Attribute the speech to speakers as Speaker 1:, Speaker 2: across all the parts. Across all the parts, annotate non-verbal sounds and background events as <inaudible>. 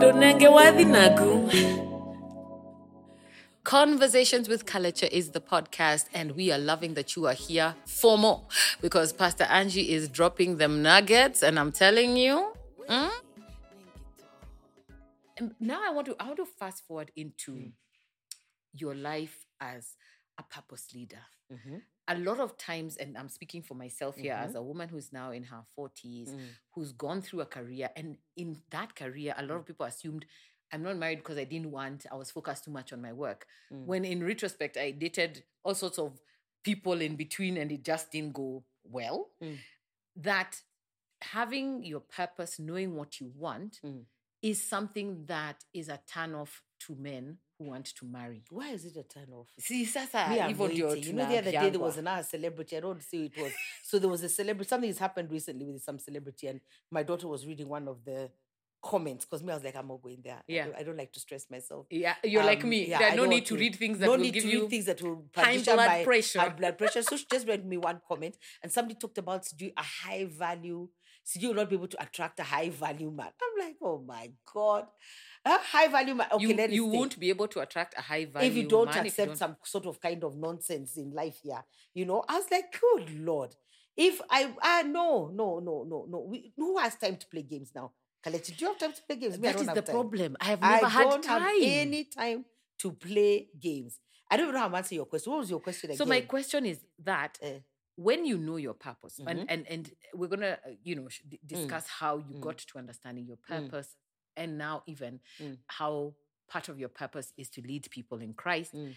Speaker 1: lunenge wathinaku
Speaker 2: Conversations with Culture is the podcast, and we are loving that you are here for more because Pastor Angie is dropping them nuggets, and I'm telling you. mm, and Now I want to I want to fast forward into your life as a purpose leader. A lot of times, and I'm speaking for myself here as
Speaker 1: Mm-hmm.
Speaker 2: a woman who's now in her 40s,
Speaker 1: Mm.
Speaker 2: who's gone through a career, and in that career, a lot
Speaker 1: Mm.
Speaker 2: of people assumed I'm not married because I didn't want, I was focused too much on my work.
Speaker 1: Mm.
Speaker 2: When in retrospect, I dated all sorts of people in between and it just didn't go well.
Speaker 1: Mm.
Speaker 2: That having your purpose, knowing what you want,
Speaker 1: Mm.
Speaker 2: is something that is a turn off to men who want to marry.
Speaker 1: why is it a turn off
Speaker 2: See, sasa,
Speaker 1: Me, I'm
Speaker 2: hivyo ndio
Speaker 1: waiting. You know, the other day there was
Speaker 2: tunavyangwa. Yeah.
Speaker 3: don't- I don't like to stress myself.
Speaker 2: Yeah, you're like
Speaker 3: Um,
Speaker 2: me.
Speaker 3: yeah,
Speaker 2: There
Speaker 3: I
Speaker 2: are no
Speaker 3: don't
Speaker 2: need
Speaker 3: want
Speaker 2: to read things that
Speaker 3: no
Speaker 2: will
Speaker 3: need
Speaker 2: give
Speaker 3: to
Speaker 2: you
Speaker 3: read things that will
Speaker 2: high
Speaker 3: condition
Speaker 2: blood
Speaker 3: my-
Speaker 2: pressure.
Speaker 3: high blood pressure. So she just read me one comment, and somebody talked about do a high value. So you will not be able to attract a high value man. I'm like, oh my god, a high value man. Okay,
Speaker 2: you,
Speaker 3: let it
Speaker 2: you
Speaker 3: stay.
Speaker 2: won't be able to attract a high value
Speaker 3: if you don't
Speaker 2: man
Speaker 3: accept some sort of kind of nonsense in life here, you know, I was like, good lord. If I ah no no no no no, we, who has time to play games now? Kalechi, do you have time to play games? Me, I
Speaker 2: That
Speaker 3: don't
Speaker 2: is
Speaker 3: have
Speaker 2: the
Speaker 3: time.
Speaker 2: problem. I have
Speaker 3: I
Speaker 2: never had
Speaker 3: don't
Speaker 2: time.
Speaker 3: have any time to play games. I don't even know how I'm answering your question. What was your question again?
Speaker 2: so my question is that
Speaker 3: Eh.
Speaker 2: when you know your purpose,
Speaker 3: Mhm.
Speaker 2: and, and and we're gonna uh, you know sh- d- discuss how you
Speaker 3: Mm.
Speaker 2: got to understanding your
Speaker 3: Mm.
Speaker 2: purpose, and now even
Speaker 3: Mm.
Speaker 2: how part of your purpose is to lead people in Christ.
Speaker 3: Mm.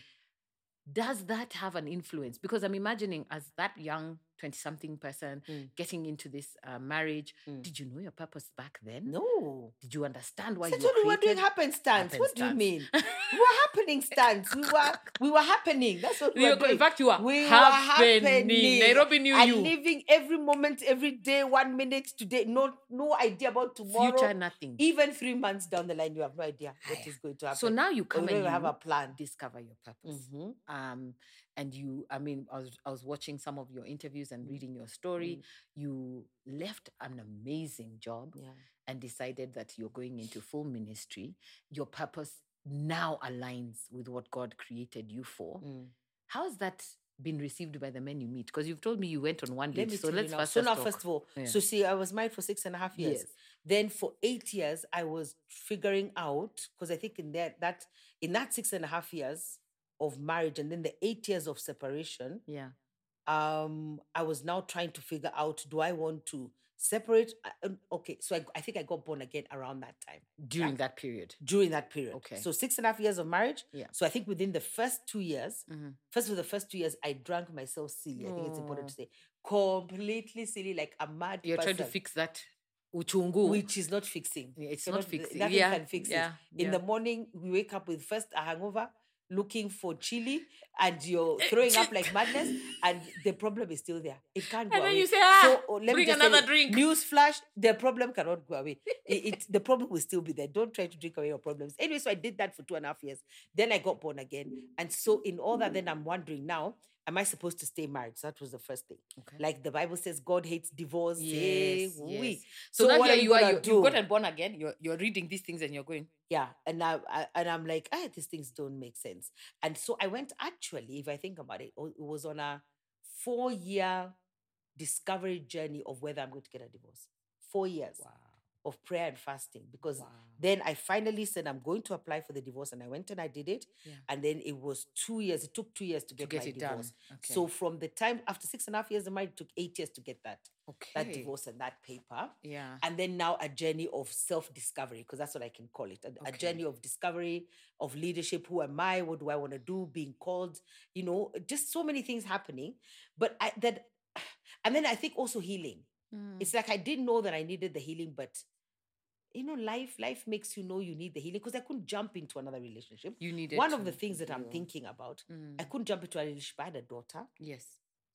Speaker 2: Does that have an influence? Because I'm imagining as that young twenty-something person
Speaker 3: Mm.
Speaker 2: getting into this uh, marriage,
Speaker 3: Mm.
Speaker 2: did you know your purpess back then?
Speaker 3: no.
Speaker 2: Did you understand why
Speaker 3: So
Speaker 2: you were
Speaker 3: we were doing
Speaker 2: created?
Speaker 3: happenstance. What do you
Speaker 2: Happenstance.
Speaker 3: mean?
Speaker 2: <laughs>
Speaker 3: we were happening stance. We were we were happening. That's what we
Speaker 2: You
Speaker 3: were
Speaker 2: were-
Speaker 3: doing.
Speaker 2: in fact, you are
Speaker 3: We were
Speaker 2: happening.
Speaker 3: happening.
Speaker 2: Nairobi knew
Speaker 3: and
Speaker 2: you.
Speaker 3: living every moment, every day, one minute today. No, no idea about tomorrow.
Speaker 2: Future nothing.
Speaker 3: Even three months down the line, you have no idea
Speaker 2: <sighs>
Speaker 3: what
Speaker 2: Aya.
Speaker 3: is going to happen.
Speaker 2: So now you
Speaker 3: Or you
Speaker 2: come
Speaker 3: don't
Speaker 2: and you
Speaker 3: even have a plan.
Speaker 2: discover your purpose.
Speaker 3: Mhm.
Speaker 2: um and you i mean I was, I was watching some of your interviews and
Speaker 3: Mm.
Speaker 2: reading your story you left an amazing job
Speaker 3: Yeah.
Speaker 2: and decided that you're going into full ministry your purpose now aligns with what god created you for
Speaker 3: Mm.
Speaker 2: how has that been received by the men you meet because you've told me you went on one
Speaker 3: Let
Speaker 2: date
Speaker 3: me
Speaker 2: so
Speaker 3: tell
Speaker 2: let's
Speaker 3: you now.
Speaker 2: first
Speaker 3: So
Speaker 2: just
Speaker 3: now,
Speaker 2: talk.
Speaker 3: first of all,
Speaker 2: Yeah.
Speaker 3: so see, I was married for six and a half years.
Speaker 2: Yes.
Speaker 3: Then for eight years, I was figuring out because I think in that that in that six and a half years of marriage, and then the eight years of separation,
Speaker 2: yeah
Speaker 3: um, I was now trying to figure out: Do I want to separate? I- um, Okay, so I, I think I got born again around that time
Speaker 2: during
Speaker 3: Like-
Speaker 2: that period
Speaker 3: during that period.
Speaker 2: Okay.
Speaker 3: So six and a half years of marriage.
Speaker 2: Yeah.
Speaker 3: So I think within the first two years,
Speaker 2: Mhm.
Speaker 3: first for the first two years, I drank myself silly. I think it's important to
Speaker 2: Oh.
Speaker 3: say completely silly, like a mad
Speaker 2: you're
Speaker 3: person,
Speaker 2: trying to fix that uchungu
Speaker 3: which is not fixing.
Speaker 2: Yeah, it's
Speaker 3: You're
Speaker 2: not
Speaker 3: not- th-
Speaker 2: fixing
Speaker 3: nothing
Speaker 2: yeah
Speaker 3: can fix it.
Speaker 2: yeah,
Speaker 3: In
Speaker 2: yeah.
Speaker 3: the morning, we wake up with first a hangover, looking for chili, and you're throwing
Speaker 2: <laughs>
Speaker 3: up like madness, and the problem is still there. It can't go
Speaker 2: and then
Speaker 3: away.
Speaker 2: you say ah
Speaker 3: oh, let me
Speaker 2: bring
Speaker 3: just tell
Speaker 2: another
Speaker 3: you,
Speaker 2: drink
Speaker 3: News flash, the problem cannot go away. It,
Speaker 2: <laughs>
Speaker 3: it- the problem will still be there. Don't try to drink away your problems. Anyway, so I did that for two and a half years. Then I got born again. And so, in all that, then I'm wondering now, am I supposed to stay married? So that was the first thing.
Speaker 2: Okay.
Speaker 3: Like the Bible says, God hates divorce. Eh,
Speaker 2: Yes,
Speaker 3: oui.
Speaker 2: yes. So, that
Speaker 3: what
Speaker 2: year you are,
Speaker 3: gonna
Speaker 2: you, you've gotten born again. You're you're reading these things and you're going.
Speaker 3: yeah and I, I and i'm like ah these things don't make sense and so i went actually if i think about it o- it was on a four year discovery journey of whether i'm going to get a divorce four years of prayer and fasting because then i finally said i'm going to apply for the divorce and i went and i did it
Speaker 2: Yeah.
Speaker 3: and then it was two years it took two years
Speaker 2: to
Speaker 3: to get,
Speaker 2: get
Speaker 3: my
Speaker 2: it
Speaker 3: divorce
Speaker 2: done. Okay.
Speaker 3: so from the time after six and a half years of marriage it took eight years to get that
Speaker 2: okay.
Speaker 3: that divorce and that paper
Speaker 2: Yeah.
Speaker 3: and then now a journey of self-discovery because that's what i can call it a, a
Speaker 2: Okay.
Speaker 3: journey of discovery of leadership who am i what do i want to do being called you know just so many things happening but i that <sighs> and then i think also healing
Speaker 2: Mm.
Speaker 3: it's like i didn't know that i needed the healing but you know life life makes you know you need the healing because i couldn't jump into another relationship
Speaker 2: you needed
Speaker 3: one of the
Speaker 2: to
Speaker 3: things that i'm
Speaker 2: heal.
Speaker 3: thinking about i
Speaker 2: Mm.
Speaker 3: couldn't jump into a relationship i had a daughter
Speaker 2: Yes.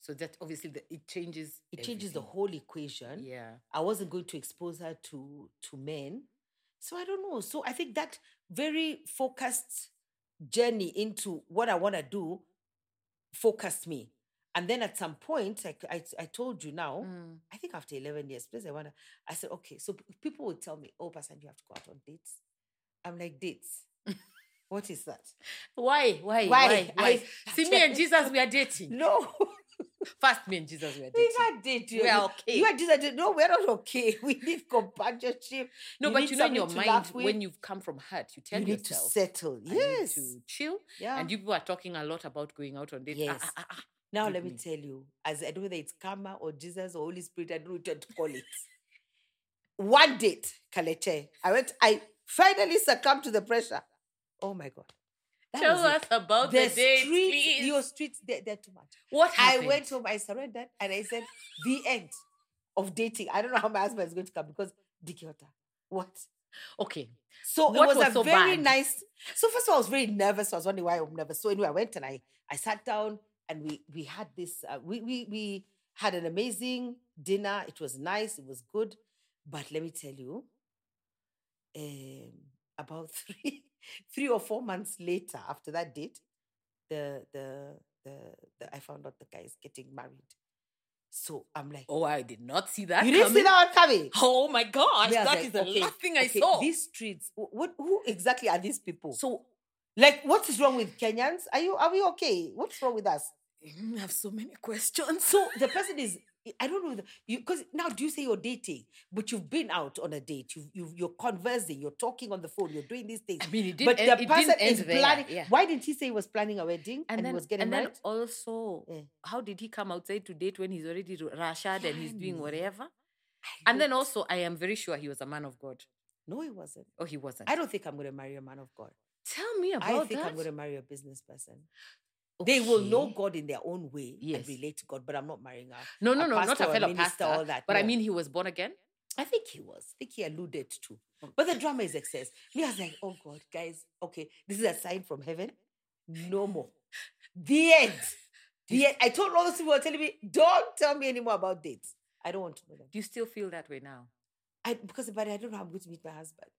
Speaker 2: So that obviously the, it changes.
Speaker 3: it changes the
Speaker 2: everything.
Speaker 3: whole equation
Speaker 2: Yeah.
Speaker 3: I wasn't going to expose her to to men. So I don't know. So I think that very focused journey into what I want to do focused me. And then at some point, I, I, I told you now,
Speaker 2: Mm.
Speaker 3: I think after 11 years, because I want to, I said, okay, so p- people would tell me, oh, Pastor, you have to go out on dates. I'm like,
Speaker 2: <laughs>
Speaker 3: dates. what is that?
Speaker 2: Why? Why? Why? Why?
Speaker 3: Why?
Speaker 2: See, me and
Speaker 3: <laughs>
Speaker 2: Jesus, we are dating.
Speaker 3: No, <laughs>
Speaker 2: First, me and Jesus, we are
Speaker 3: we
Speaker 2: dating.
Speaker 3: can't date you.
Speaker 2: We are okay.
Speaker 3: You are decided, no, we're not okay. <laughs> We need companionship.
Speaker 2: no,
Speaker 3: you
Speaker 2: but
Speaker 3: need
Speaker 2: you know, in your
Speaker 3: something to laugh
Speaker 2: mind, when
Speaker 3: with.
Speaker 2: you've come from hurt, you
Speaker 3: You
Speaker 2: tell
Speaker 3: need to
Speaker 2: yourself,
Speaker 3: settle.
Speaker 2: "I need
Speaker 3: Yes.
Speaker 2: to chill.
Speaker 3: Yeah.
Speaker 2: And you people are talking a lot about going out on dates. Ah,
Speaker 3: Yes.
Speaker 2: ah, ah, ah.
Speaker 3: Now
Speaker 2: Give
Speaker 3: let me
Speaker 2: me.
Speaker 3: tell you, as I don't know whether it's karma or Jesus or Holy Spirit, I don't know what to call it. One date, Kaleche. I went, I finally succumbed to the pressure. Oh my God. That
Speaker 2: Tell
Speaker 3: was it.
Speaker 2: us about the,
Speaker 3: the
Speaker 2: date,
Speaker 3: streets,
Speaker 2: please.
Speaker 3: your streets, they're, they're too much.
Speaker 2: what
Speaker 3: I
Speaker 2: happened?
Speaker 3: went home, I surrendered, and I said, the end of dating. I don't know how my husband is going to come because Dikiota. What?
Speaker 2: Okay.
Speaker 3: So
Speaker 2: What
Speaker 3: it was,
Speaker 2: was
Speaker 3: a
Speaker 2: so
Speaker 3: very
Speaker 2: bad?
Speaker 3: nice. So first of all, I was very nervous. I was wondering why I'm nervous. So anyway, I went and I I sat down and we we had this. Uh, we we we had an amazing dinner. It was nice. It was good. But let me tell you, um, about <laughs> three three or four months later, after that date, the the the, the I found out the guy is getting married. So I'm like,
Speaker 2: Oh, I did not see that.
Speaker 3: you didn't see
Speaker 2: coming.
Speaker 3: that one coming.
Speaker 2: Oh my gosh,
Speaker 3: Me, I
Speaker 2: that
Speaker 3: was like,
Speaker 2: is the
Speaker 3: okay,
Speaker 2: last thing I
Speaker 3: okay,
Speaker 2: saw.
Speaker 3: These streets. wh- What? Who exactly are these people?
Speaker 2: so
Speaker 3: Like, what is wrong with Kenyans? Are you are we okay? What's wrong with us?
Speaker 2: Mm, I have so many
Speaker 3: <laughs>
Speaker 2: questions.
Speaker 3: So the person is I don't know the- you because now do you say you're dating, but you've been out on a date, you you you're conversing, you're talking on the phone, you're doing these things.
Speaker 2: I mean, it did.
Speaker 3: But
Speaker 2: end,
Speaker 3: the
Speaker 2: it
Speaker 3: person
Speaker 2: didn't end
Speaker 3: is
Speaker 2: there.
Speaker 3: planning.
Speaker 2: Yeah.
Speaker 3: Why didn't he say he was planning a wedding and,
Speaker 2: And then,
Speaker 3: he was getting
Speaker 2: and then
Speaker 3: married? Mm.
Speaker 2: also,
Speaker 3: Yeah.
Speaker 2: how did he come outside to date when he's already ru- rashad and he's doing
Speaker 3: Funny.
Speaker 2: whatever?
Speaker 3: I
Speaker 2: And then
Speaker 3: don't-
Speaker 2: also, I am very sure he was a man of God.
Speaker 3: no, he wasn't.
Speaker 2: Oh, he wasn't.
Speaker 3: I don't think I'm going to marry a man of God.
Speaker 2: Tell me about
Speaker 3: I think
Speaker 2: that.
Speaker 3: I'm going to marry a business person. They will know God in their own way
Speaker 2: Yes.
Speaker 3: and relate to God, but I'm not marrying her.
Speaker 2: No, no,
Speaker 3: a
Speaker 2: no, not
Speaker 3: pastor
Speaker 2: a
Speaker 3: or a
Speaker 2: fellow
Speaker 3: minister,
Speaker 2: pastor.
Speaker 3: all that,
Speaker 2: But I
Speaker 3: no.
Speaker 2: mean, he was born again.
Speaker 3: I think he was. I think he alluded to. But the drama is excess. Me, I was like, oh God, guys, okay, this is a sign from heaven. No more. The end. The end. I told all those people who were telling me, don't tell me anymore about dates. I don't want to know them.
Speaker 2: Do you still feel that way now?
Speaker 3: I, because but I don't know how I'm going to meet my husband.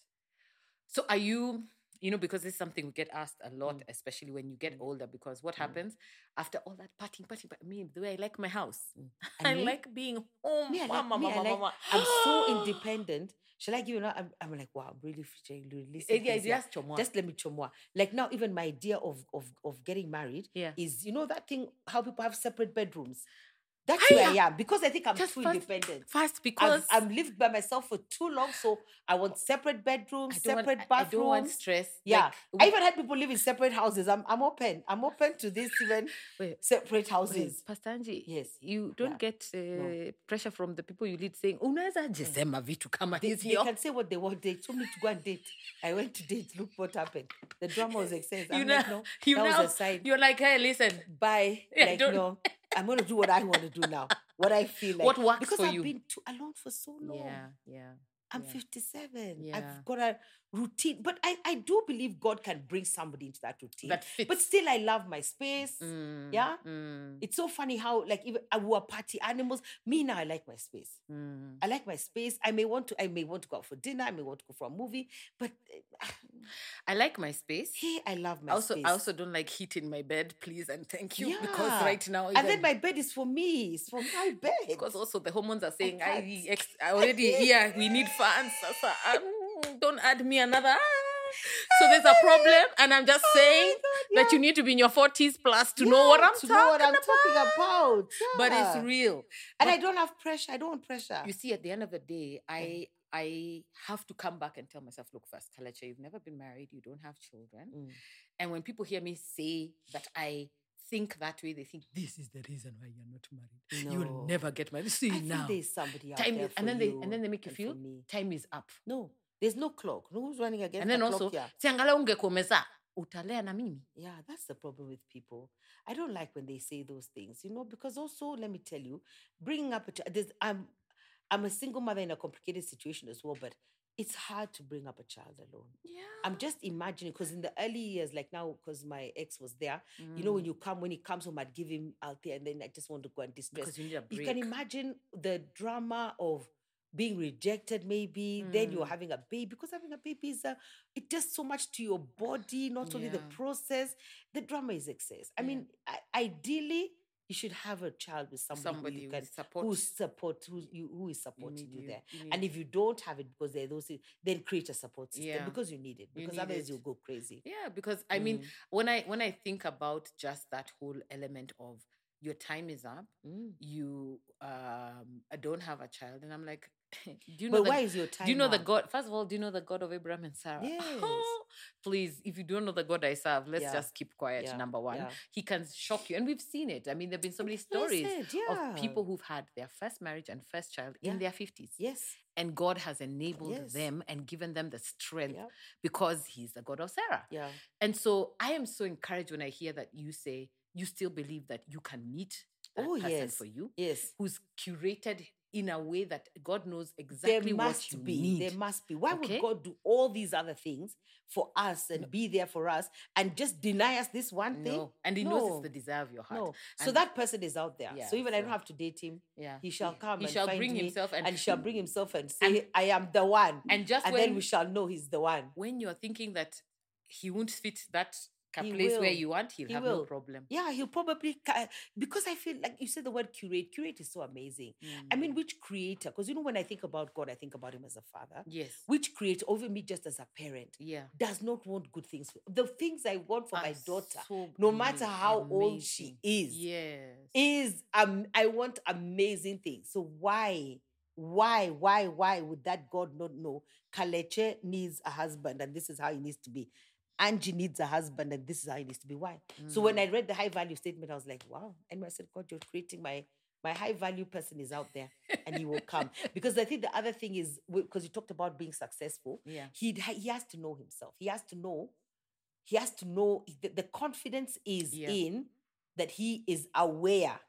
Speaker 2: So are you, you know, because this is something we get asked a lot,
Speaker 3: Mm.
Speaker 2: especially when you get
Speaker 3: Mm.
Speaker 2: older, because what
Speaker 3: Mm.
Speaker 2: happens after all that partying, partying, but me, the way I like my house.
Speaker 3: Mm.
Speaker 2: I
Speaker 3: And me?
Speaker 2: like being home.
Speaker 3: Me, I like-
Speaker 2: Mama,
Speaker 3: me, I
Speaker 2: mama,
Speaker 3: like-
Speaker 2: mama.
Speaker 3: I'm
Speaker 2: <gasps>
Speaker 3: so independent. Shall I give you now? I'm, I'm like, wow, I'm really featuring
Speaker 2: Eh, Yeah,
Speaker 3: releasing.
Speaker 2: just chomwa.
Speaker 3: Just let me chumwa. Like now, even my idea of of of getting married
Speaker 2: yeah.
Speaker 3: is you know that thing how people have separate bedrooms. That's
Speaker 2: Aye,
Speaker 3: where I am because I think I'm
Speaker 2: Ah, Just
Speaker 3: too
Speaker 2: first-
Speaker 3: independent.
Speaker 2: First,
Speaker 3: I've,
Speaker 2: because I,
Speaker 3: I've lived by myself for too long, so I want separate bedrooms,
Speaker 2: don't want,
Speaker 3: separate
Speaker 2: I- I don't want
Speaker 3: bathrooms.
Speaker 2: stress.
Speaker 3: Yeah,
Speaker 2: Like,
Speaker 3: I even had people live in separate houses. I'm I'm open. I'm open to this even
Speaker 2: wait,
Speaker 3: separate
Speaker 2: wait,
Speaker 3: houses.
Speaker 2: Pastor Angie,
Speaker 3: Yes.
Speaker 2: you don't
Speaker 3: Yeah.
Speaker 2: get uh, pressure from the people you lead saying, unaweza jisema vitu kama
Speaker 3: They, they
Speaker 2: hizi.
Speaker 3: can say what they want. They told me to go and date. I went to date. Look what happened. The drama was excessive.
Speaker 2: You
Speaker 3: I'm
Speaker 2: know,
Speaker 3: like, no,
Speaker 2: you
Speaker 3: that
Speaker 2: know,
Speaker 3: was a sign.
Speaker 2: you're like, hey, listen,
Speaker 3: Bye.
Speaker 2: Yeah,
Speaker 3: like
Speaker 2: don't-
Speaker 3: no, I'm gonna do what I want to do now. What I
Speaker 2: <laughs>
Speaker 3: feel like.
Speaker 2: What works
Speaker 3: because
Speaker 2: for
Speaker 3: I've
Speaker 2: you.
Speaker 3: been too alone for so long.
Speaker 2: Yeah, yeah.
Speaker 3: I'm
Speaker 2: Yeah.
Speaker 3: 57.
Speaker 2: Yeah.
Speaker 3: I've got a routine, but I, I do believe God can bring somebody into that routine.
Speaker 2: That fits.
Speaker 3: but still, I love my space.
Speaker 2: Mm,
Speaker 3: yeah?
Speaker 2: mm,
Speaker 3: It's so funny how like even I were party animals. Me now, I like my space.
Speaker 2: mm.
Speaker 3: I like my space. I may want to. I may want to go out for dinner. I may want to go for a movie. But uh,
Speaker 2: I like my space.
Speaker 3: hey, I love
Speaker 2: I
Speaker 3: my
Speaker 2: also,
Speaker 3: space.
Speaker 2: I also don't like heat in my bed, please and thank you, because
Speaker 3: Yeah.
Speaker 2: right now,
Speaker 3: and
Speaker 2: even-
Speaker 3: then my bed is for me. It's for my bed.
Speaker 2: because also the hormones are saying, I,
Speaker 3: can't.
Speaker 2: ex- I already here, we need fans. Sasa, ah, mm, don't add me another. ah." So there's a problem, and I'm just
Speaker 3: Oh my
Speaker 2: saying
Speaker 3: God,
Speaker 2: that
Speaker 3: yeah.
Speaker 2: you need to be in your 40s plus to know what
Speaker 3: Yeah,
Speaker 2: I'm
Speaker 3: to
Speaker 2: talking
Speaker 3: know what I'm
Speaker 2: about.
Speaker 3: talking about.
Speaker 2: But
Speaker 3: Yeah.
Speaker 2: it's real. but-
Speaker 3: and I don't have pressure. I don't want pressure.
Speaker 2: You see, at the end of the day,
Speaker 3: Mm.
Speaker 2: I I have to come back and tell myself, look, first, Kalecha, you've never been married, you don't have children.
Speaker 3: Mm.
Speaker 2: And when people hear me say that I think that way, they think this is the reason why you're not married. You'll
Speaker 3: No.
Speaker 2: never get married. See
Speaker 3: I think
Speaker 2: now,
Speaker 3: there's somebody out
Speaker 2: Time
Speaker 3: there
Speaker 2: is- and
Speaker 3: for
Speaker 2: then they- and
Speaker 3: you
Speaker 2: then they make you
Speaker 3: and for
Speaker 2: feel-
Speaker 3: me.
Speaker 2: time is up.
Speaker 3: no. There's no clock. No one's running against
Speaker 2: and then
Speaker 3: the
Speaker 2: also
Speaker 3: clock here.
Speaker 2: siangala ungekomeza utalea na mimi
Speaker 3: Yeah, that's the problem with people. I don't like when they say those things, you know, because also let me tell you, bringing up a child. There's, I'm, I'm a single mother in a complicated situation as well, but it's hard to bring up a child alone.
Speaker 2: yeah
Speaker 3: I'm just imagining because in the early years, like now, because my ex was there, you know, when
Speaker 2: Mm.
Speaker 3: you come, when he comes home, I'd give him out there, and then I just want to go and distress
Speaker 2: because you need a break
Speaker 3: you can imagine the drama of being rejected maybe then you're
Speaker 2: Mm.
Speaker 3: having a baby because having a baby is a, it does so much to your body not only the
Speaker 2: Yeah.
Speaker 3: process the drama is excess i
Speaker 2: Yeah.
Speaker 3: mean I, ideally you should have a child with somebody, who
Speaker 2: somebody
Speaker 3: you
Speaker 2: who
Speaker 3: can
Speaker 2: support
Speaker 3: who
Speaker 2: you
Speaker 3: support who you who is supporting
Speaker 2: need
Speaker 3: you, there.
Speaker 2: need
Speaker 3: And if you don't have it because there are those things, then create a support system
Speaker 2: Yeah.
Speaker 3: because you need it.
Speaker 2: You
Speaker 3: Because
Speaker 2: need
Speaker 3: otherwise
Speaker 2: it.
Speaker 3: you'll go crazy.
Speaker 2: Yeah, because I mean,
Speaker 3: Mm.
Speaker 2: when I when I think about just that whole element of your time is up,
Speaker 3: Mm.
Speaker 2: you um I don't have a child, and I'm like, <laughs> do you know
Speaker 3: But
Speaker 2: the,
Speaker 3: why is your time?
Speaker 2: do you know the
Speaker 3: now?
Speaker 2: God? First of all, do you know the God of Abraham and Sarah?
Speaker 3: Yes.
Speaker 2: <laughs> Please, if you don't know the God I serve, let's
Speaker 3: Yeah.
Speaker 2: just keep quiet.
Speaker 3: Yeah.
Speaker 2: Number one,
Speaker 3: Yeah.
Speaker 2: He can shock you, and we've seen it. I mean, there've been so many
Speaker 3: That's
Speaker 2: stories.
Speaker 3: it,
Speaker 2: Of
Speaker 3: yeah.
Speaker 2: people who've had their first marriage and first child
Speaker 3: Yeah.
Speaker 2: in their 50s.
Speaker 3: Yes.
Speaker 2: And God has enabled
Speaker 3: Yes.
Speaker 2: them and given them the strength
Speaker 3: Yeah.
Speaker 2: because He's the God of Sarah.
Speaker 3: Yeah.
Speaker 2: And so I am so encouraged when I hear that you say you still believe that you can meet that
Speaker 3: Oh,
Speaker 2: person
Speaker 3: yes.
Speaker 2: for you,
Speaker 3: Yes.
Speaker 2: who's curated in a way that God knows exactly
Speaker 3: There
Speaker 2: what
Speaker 3: must
Speaker 2: you
Speaker 3: be.
Speaker 2: need.
Speaker 3: There must be. Why
Speaker 2: Okay?
Speaker 3: would God do all these other things for us and be there for us and just deny us this one thing?
Speaker 2: no. And He knows it's the desire of your heart.
Speaker 3: No. So
Speaker 2: And-
Speaker 3: that person is out there.
Speaker 2: Yeah,
Speaker 3: so even I don't
Speaker 2: so-
Speaker 3: have to date him.
Speaker 2: Yeah.
Speaker 3: He shall come
Speaker 2: He
Speaker 3: and
Speaker 2: shall
Speaker 3: find
Speaker 2: bring
Speaker 3: me
Speaker 2: himself and-
Speaker 3: shall bring himself and say, I am the one.
Speaker 2: And just
Speaker 3: and
Speaker 2: when,
Speaker 3: then we shall know he's the one.
Speaker 2: when you're thinking that He won't fit that ca-
Speaker 3: He
Speaker 2: place where
Speaker 3: will.
Speaker 2: you want, He'll
Speaker 3: He
Speaker 2: have no
Speaker 3: will.
Speaker 2: problem.
Speaker 3: Yeah, he'll probably ca- because I feel like you said the word curate. Curate is so amazing. I
Speaker 2: Mm.
Speaker 3: mean,
Speaker 2: Mm-hmm.
Speaker 3: which creator? Because you know, when I think about God, I think about him as a father.
Speaker 2: yes.
Speaker 3: Which creator, over me just as a parent,
Speaker 2: Yeah.
Speaker 3: does not want good things. for- The things I want for my
Speaker 2: I'm
Speaker 3: daughter,
Speaker 2: so
Speaker 3: no matter
Speaker 2: amazed-
Speaker 3: how old she
Speaker 2: Mm, amazing.
Speaker 3: is,
Speaker 2: Yes.
Speaker 3: is um I want amazing things. So why, why, why, why would that God not know? Kaleche needs a husband, and this is how he needs to be. Angie needs a husband, and this is how he needs to be. Why? So
Speaker 2: Mm.
Speaker 3: when I read the high value statement, I was like, wow. And I said, God, you're creating my my high value person is out there, and he will come. because I think the other thing is because you talked about being successful
Speaker 2: yeah.
Speaker 3: he he has to know himself. He has to know. He has to know the, the confidence is
Speaker 2: Yeah.
Speaker 3: in that he is aware